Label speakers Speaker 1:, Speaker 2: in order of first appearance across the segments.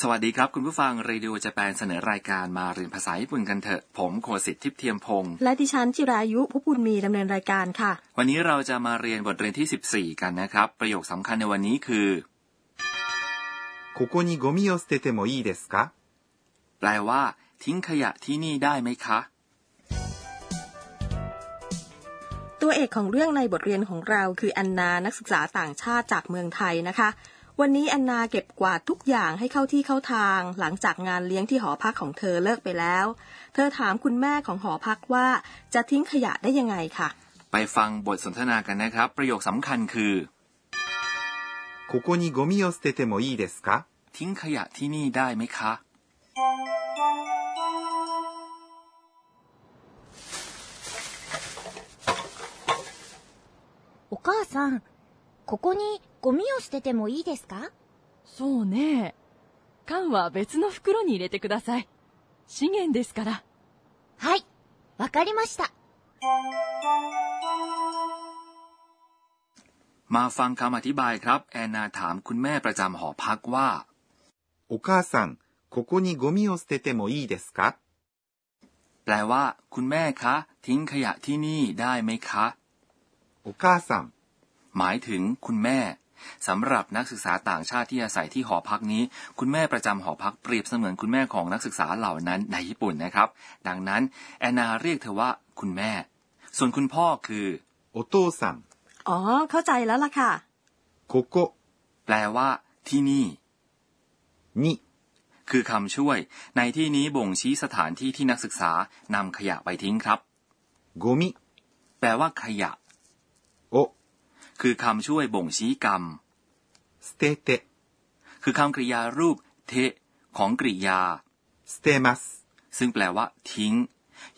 Speaker 1: สวัสดีครับ คุณผู้ฟังเรดิโอจะแปนเสนอรายการมาเรียนภาษาญี่ปุ่นกันเถอะ ผมโคสิทธิ์ทิพย์เทียมพงศ์
Speaker 2: และดิฉันจิรายุผู้พูนมีดำเนินรายการค่ะ
Speaker 1: วันนี้เราจะมาเรียนบทเรียนที่ 14 กันนะครับ ประโยคสำคัญในวันนี้คือ
Speaker 3: ここにゴミを捨ててもいいですか
Speaker 1: แปลว่า ทิ้งขยะที่นี่ได้ไหมคะ
Speaker 2: ตัวเอกของเรื่องในบทเรียนของเราคืออันนานักศึกษาต่างชาติจากเมืองไทยนะคะ วันนี้อันนาเก็บกวาดทุกอย่างให้เข้าที่เข้าทาง หลังจากงานเลี้ยงที่หอพักของเธอเลิกไปแล้ว เธอถามคุณแม่ของหอพักว่าจะทิ้งขยะได้ยังไงค่ะ
Speaker 1: ไปฟังบทสนทนากันนะครับ ประโยคสำคัญคือ
Speaker 3: ここにゴミを捨ててもいいですか
Speaker 1: ทิ้งขยะที่นี่ได้ไหมคะ
Speaker 4: お母さん、ここにゴミを捨ててもいいですか
Speaker 5: そうね。缶は別の袋に入れてください。資源ですから。
Speaker 4: はい、わかりました。
Speaker 1: มาฟังคำอธิบายครับ แอนนาถามคุณแม่ประจำหอพักว่า
Speaker 3: お母さん、ここにゴミを捨ててもいいですか
Speaker 1: แปลว่า คุณแม่คะ ทิ้งขยะที่นี่ได้ไหมคะ
Speaker 3: お母さん、
Speaker 1: หมายถึงคุณแม่สำหรับนักศึกษาต่างชาติที่อาศัยที่หอพักนี้ คุณแม่ประจำหอพักเปรียบเสมือนคุณแม่ของนักศึกษาเหล่านั้นในญี่ปุ่นนะครับ ดังนั้นแอนนาเรียกเธอว่าคุณแม่ ส่วนคุณพ่อคือ
Speaker 3: お父さん、
Speaker 2: อ๋อ เข้าใจแล้วล่ะค่ะ
Speaker 3: ここ
Speaker 1: แปลว่า ที่นี่
Speaker 3: に
Speaker 1: คือคำช่วย ในที่นี้บ่งชี้สถานที่ที่นักศึกษานำขยะไปทิ้งครับ
Speaker 3: ゴミ
Speaker 1: แปลว่า ขยะ
Speaker 3: を
Speaker 1: คือคำช่วยบ่งชี้กรรม
Speaker 3: 捨てて、
Speaker 1: คือคำกริยารูป เทะ ของกริยา
Speaker 3: 捨てます。
Speaker 1: ซึ่งแปลว่า ทิ้ง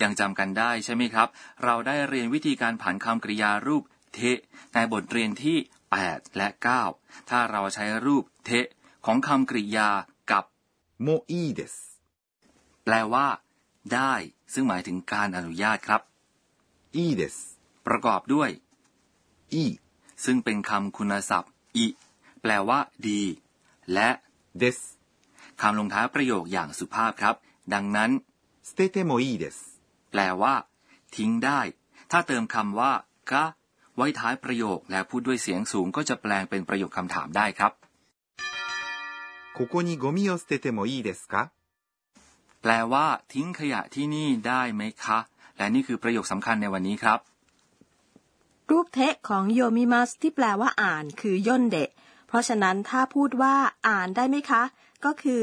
Speaker 1: ยังจำกันได้ใช่ไหมครับ เราได้เรียนวิธีการผ่านคำกริยารูป เทะ ในบทเรียนที่ 8 และ 9 ถ้าเราใช้รูป เทะ ของคำกริยากับ
Speaker 3: もいいです。
Speaker 1: แปลว่า ได้ ซึ่งหมายถึงการอนุญาตครับ
Speaker 3: いいです。
Speaker 1: ประกอบด้วย
Speaker 3: いい
Speaker 1: ซึ่งเป็นคำคุณศัพท์ อิ แปลว่า ดี และ
Speaker 3: です。
Speaker 1: คำลงท้ายประโยคอย่างสุภาพครับ ดังนั้น
Speaker 3: 捨ててもいいです。
Speaker 1: แปลว่า ทิ้งได้ ถ้าเติมคำว่า กะ ไว้ท้ายประโยคและพูดด้วยเสียงสูงก็จะแปลงเป็นประโยคคำถามได้ครับ
Speaker 3: ここにゴミを捨ててもいいですか
Speaker 1: แปลว่า ทิ้งขยะที่นี่ได้ไหมคะ และนี่คือประโยคสำคัญในวันนี้ครับ
Speaker 2: รูปเทะของโยมิมัสที่แปลว่าอ่านคือย่นเดะ เพราะฉะนั้นถ้าพูดว่าอ่านได้ไหมคะ ก็คือ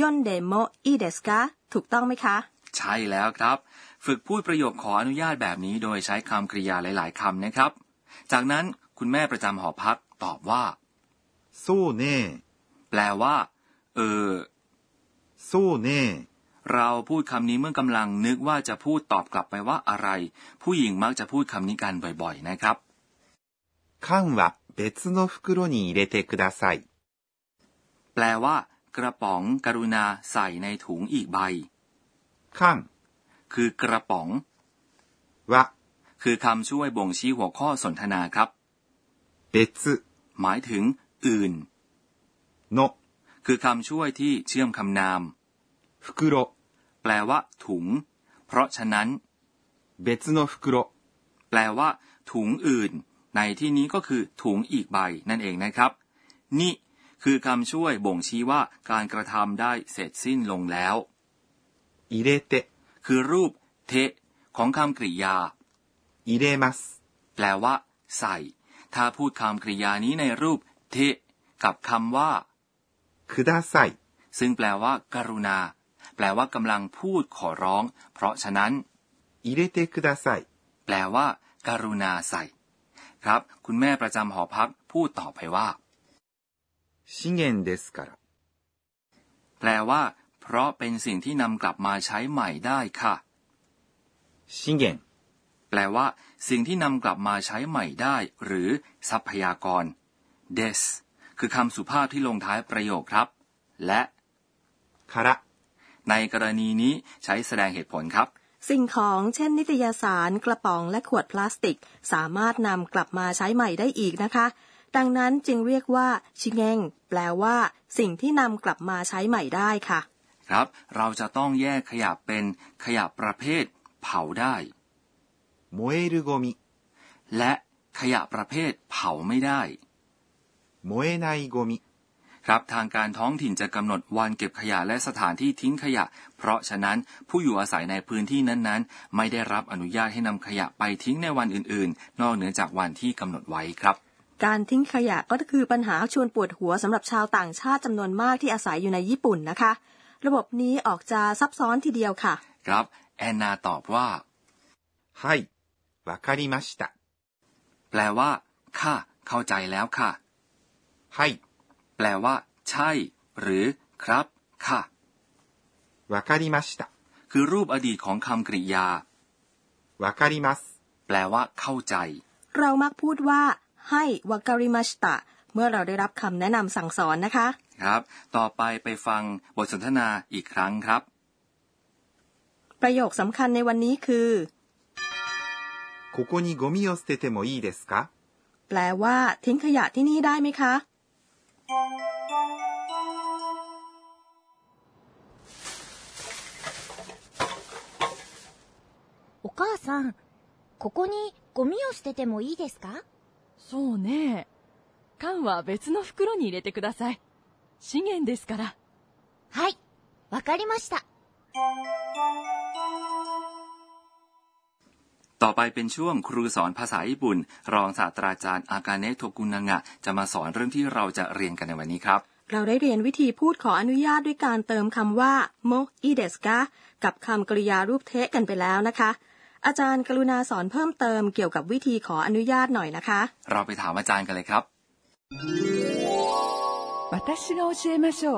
Speaker 2: ย่นเดโมอีเดสกะถูกต้องไหมคะ
Speaker 1: ใช่แล้วครับ ฝึกพูดประโยคขออนุญาตแบบนี้โดยใช้คำกริยาหลาย ๆคำนะครับ จากนั้นคุณแม่ประจำหอพักตอบว่า
Speaker 3: そうね
Speaker 1: แปลว่า เออ
Speaker 3: そうね
Speaker 1: เราพูดคำนี้เมื่อกำลังนึกว่าจะพูดตอบกลับไปว่าอะไร ผู้หญิงมักจะพูดคำนี้กันบ่อย ๆ นะครับ
Speaker 3: 缶は別の袋に入れてください。
Speaker 1: แปลว่า กระป๋องกรุณาใส่ในถุงอีกใบ
Speaker 3: 缶
Speaker 1: คือกระป๋อง
Speaker 3: は
Speaker 1: คือคำช่วยบ่งชี้หัวข้อสนทนาครับ
Speaker 3: 別
Speaker 1: หมายถึง อื่น
Speaker 3: の
Speaker 1: คือคำช่วยที่เชื่อมคำนาม
Speaker 3: 袋、
Speaker 1: แปลว่า ถุง เพราะฉะนั้น
Speaker 3: 別の袋
Speaker 1: แปลว่า ถุงอื่น ในที่นี้ก็คือ ถุงอีกใบนั่นเองนะครับ นี่ คือคำช่วยบ่งชี้ว่าการกระทำได้เสร็จสิ้นลงแล้ว
Speaker 3: 入れて
Speaker 1: คือรูป เทะ ของคำกริยา
Speaker 3: 入れます。
Speaker 1: แปลว่า ใส่ ถ้าพูดคำกริยานี้ในรูป เทะ กับคำว่า
Speaker 3: ください。
Speaker 1: ซึ่งแปลว่า กรุณา แปลว่ากำลังพูดขอร้อง เพราะฉะนั้น
Speaker 3: 入れてください。
Speaker 1: แปลว่า กรุณาใส่ ครับ คุณแม่ประจำหอพักพูดต่อไปว่า
Speaker 3: 資源ですから。
Speaker 1: แปลว่า เพราะเป็นสิ่งที่นำกลับมาใช้ใหม่ได้ค่ะ
Speaker 3: 資源、
Speaker 1: แปลว่า สิ่งที่นำกลับมาใช้ใหม่ได้ หรือ ทรัพยากร des คือคำสุภาพที่ลงท้ายประโยคครับ และ
Speaker 3: から、
Speaker 1: ในกรณีนี้ใช้แสดงเหตุผลครับ
Speaker 2: สิ่งของเช่น นิตยสารกระป๋องและขวดพลาสติก สามารถนำกลับมาใช้ใหม่ได้อีกนะคะ ดังนั้นจึงเรียกว่าชิเงงแปลว่า สิ่งที่นำกลับมาใช้ใหม่ได้ค่ะ
Speaker 1: ครับ เราจะต้องแยกขยะเป็นขยะประเภท เผาได้
Speaker 3: 燃えるゴミ、
Speaker 1: และขยะประเภทเผาไม่ได้
Speaker 3: 燃えないゴミ、
Speaker 1: ครับทางการท้องถิ่นจะกำหนดวันเก็บขยะและสถานที่ทิ้งขยะ เพราะฉะนั้นผู้อยู่อาศัยในพื้นที่นั้นๆ ไม่ได้รับอนุญาตให้นำขยะไปทิ้งในวันอื่นๆ นอกเหนือจากวันที่กำหนดไว้ครับ
Speaker 2: การทิ้งขยะก็คือปัญหาชวนปวดหัวสำหรับชาวต่างชาติจำนวนมากที่อาศัยอยู่ในญี่ปุ่นนะคะ ระบบนี้ออกจะซับซ้อนทีเดียวค่ะ
Speaker 1: ครับแอนนาตอบว่า
Speaker 3: はい、わかりました。
Speaker 1: แปลว่าค่ะเข้าใจแล้วค่ะ
Speaker 3: はい、
Speaker 1: แปลว่า ใช่ หรือ ครับ ค่ะ
Speaker 3: わかりました。
Speaker 1: คือรูปอดีตของคำกริยา
Speaker 3: わかります。
Speaker 1: แปลว่า เข้าใจ
Speaker 2: เรามักพูดว่า ให้วากา r ิมา s ตะเมื่อเราได้รับคำแนะนำสั่งสอนนะคะ
Speaker 1: ครับ ต่อไปไปฟังบทสนทนาอีกครั้งครับ
Speaker 2: ประโยคสำคัญในวันนี้คือ
Speaker 3: ここにゴミを捨ててもいいですか
Speaker 2: แปลว่าทิ้งขยะที่นี่ได้ไหมคะ
Speaker 4: お母さん、ここにゴミを捨ててもいいですか
Speaker 5: そうね。缶は別の袋に入れてください。資源ですから。
Speaker 4: はい、わかりました。
Speaker 1: ต่อไปเป็นช่วงครูสอนภาษาญี่ปุ่น รองศาสตราจารย์อากาเนะโทกุนางะ จะมาสอนเรื่องที่เราจะเรียนกันในวันนี้ครับ
Speaker 2: เราได้เรียนวิธีพูดขออนุญาตด้วยการเติมคำว่าโมอีเดสกะกับคำกริยารูปเทะกันไปแล้วนะคะ อาจารย์กรุณาสอนเพิ่มเติมเกี่ยวกับวิธีขออนุญาตหน่อยนะคะ
Speaker 1: เราไปถามอาจารย์กันเลยครับ
Speaker 5: 私が教えましょう。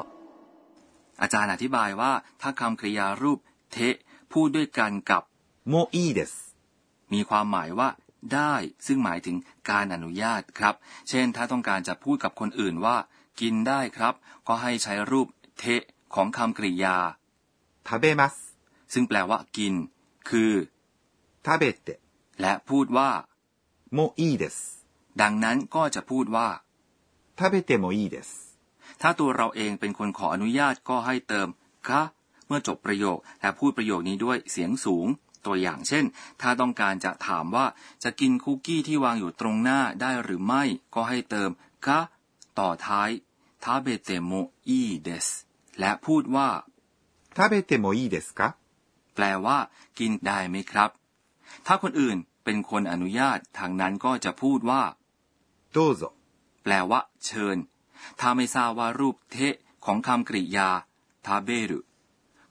Speaker 1: อาจารย์อธิบายว่า ถ้าคำกริยารูป เทะ พูดด้วยกันกับ
Speaker 3: もういいです。
Speaker 1: มีความหมายว่า ได้ ซึ่งหมายถึงการอนุญาตครับ เช่น ถ้าต้องการจะพูดกับคนอื่นว่า กินได้ครับ ก็ให้ใช้รูป เทะ ของคำกริยา
Speaker 3: 食べます。
Speaker 1: ซึ่งแปลว่า กิน คือ
Speaker 3: 食べて。
Speaker 1: และพูดว่า
Speaker 3: もういいです。
Speaker 1: ดังนั้นก็จะพูดว่า
Speaker 3: 食べてもいいです。
Speaker 1: ถ้าตัวเราเองเป็นคนขออนุญาตก็ให้เติมคะเมื่อจบประโยคและพูดประโยคนี้ด้วยเสียงสูง ตัวอย่างเช่น ถ้าต้องการจะถามว่าจะกินคุกกี้ที่วางอยู่ตรงหน้าได้หรือไม่ ก็ให้เติมคะต่อท้ายทาเบเตโมอีเดสและพูดว่า
Speaker 3: 食べてもいいですか
Speaker 1: แปลว่า กินได้ไหมครับ ถ้าคนอื่นเป็นคนอนุญาตทางนั้นก็จะพูดว่า
Speaker 3: どうぞ。
Speaker 1: แปลว่า เชิญ ถ้าไม่ทราบว่ารูปเทะของคำกริยาทาเบรุ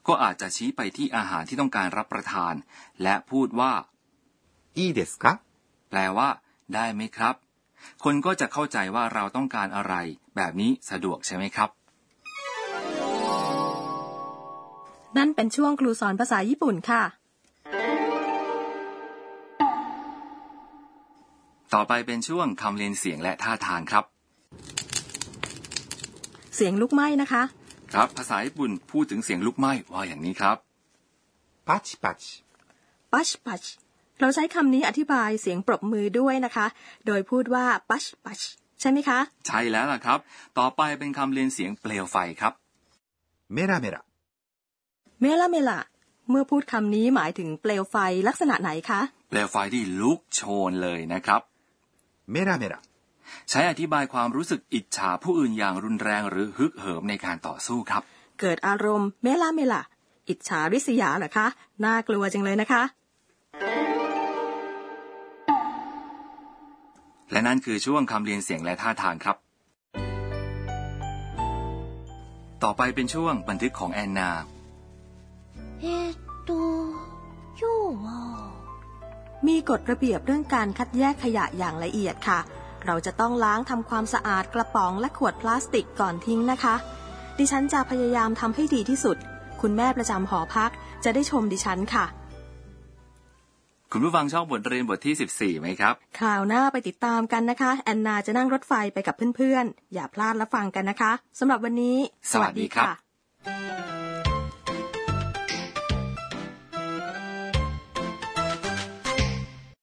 Speaker 1: ก็อาจจะชี้ไปที่อาหารที่ต้องการรับประทาน และพูดว่า
Speaker 3: いいですか
Speaker 1: แปลว่า ได้ไหมครับ คนก็จะเข้าใจว่าเราต้องการอะไร แบบนี้สะดวกใช่ไหมครับ
Speaker 2: นั่นเป็นช่วงครูสอนภาษาญี่ปุ่นค่ะ
Speaker 1: ต่อไปเป็นช่วงคำเรียนเสียงและท่าทางครับ
Speaker 2: เสียงลุกไหม้นะคะ
Speaker 1: ครับ ภาษาญี่ปุ่นพูดถึงเสียงลุกไหม้ว่าอย่างนี้ครับ
Speaker 3: パチパチ。
Speaker 2: ปัชปัชเราใช้คำนี้อธิบายเสียงปรบมือด้วยนะคะ โดยพูดว่าปัชปัชใช่ไหมคะ
Speaker 1: ใช่แล้วล่ะครับ ต่อไปเป็นคำเรียนเสียงเปลวไฟครับ
Speaker 3: メラメラ。
Speaker 2: เมล่าเมล่าเมื่อพูดคำนี้หมายถึงเปลวไฟลักษณะไหนคะ
Speaker 1: เปลวไฟที่ลุกโชนเลยนะครับ
Speaker 3: メラメラ。
Speaker 1: ใช้อธิบายความรู้สึกอิจฉาผู้อื่นอย่างรุนแรงหรือฮึกเหิมในการต่อสู้ครับ
Speaker 2: เกิดอารมณ์เมล่าเมล่าอิจฉาริษยาเหรอคะ น่ากลัวจังเลยนะคะ
Speaker 1: และนั่นคือช่วงคำเรียนเสียงและท่าทางครับ ต่อไปเป็นช่วงบันทึกของแอนนา
Speaker 4: えー、っと、今日は、
Speaker 2: มีกฎระเบียบเรื่องการคัดแยกขยะอย่างละเอียดค่ะ เราจะต้องล้างทำความสะอาดกระป๋องและขวดพลาสติกก่อนทิ้งนะคะ ดิฉันจะพยายามทำให้ดีที่สุด คุณแม่ประจำหอพักจะได้ชมดิฉันค่ะ
Speaker 1: คุณผู้ฟังชอบบทเรียนบทที่ 14 ไหมครับ
Speaker 2: คราวหน้าไปติดตามกันนะคะ แอนนาจะนั่งรถไฟไปกับเพื่อนๆ อย่าพลาดและฟังกันนะคะสำหรับวันนี้
Speaker 1: สวัสดีครับ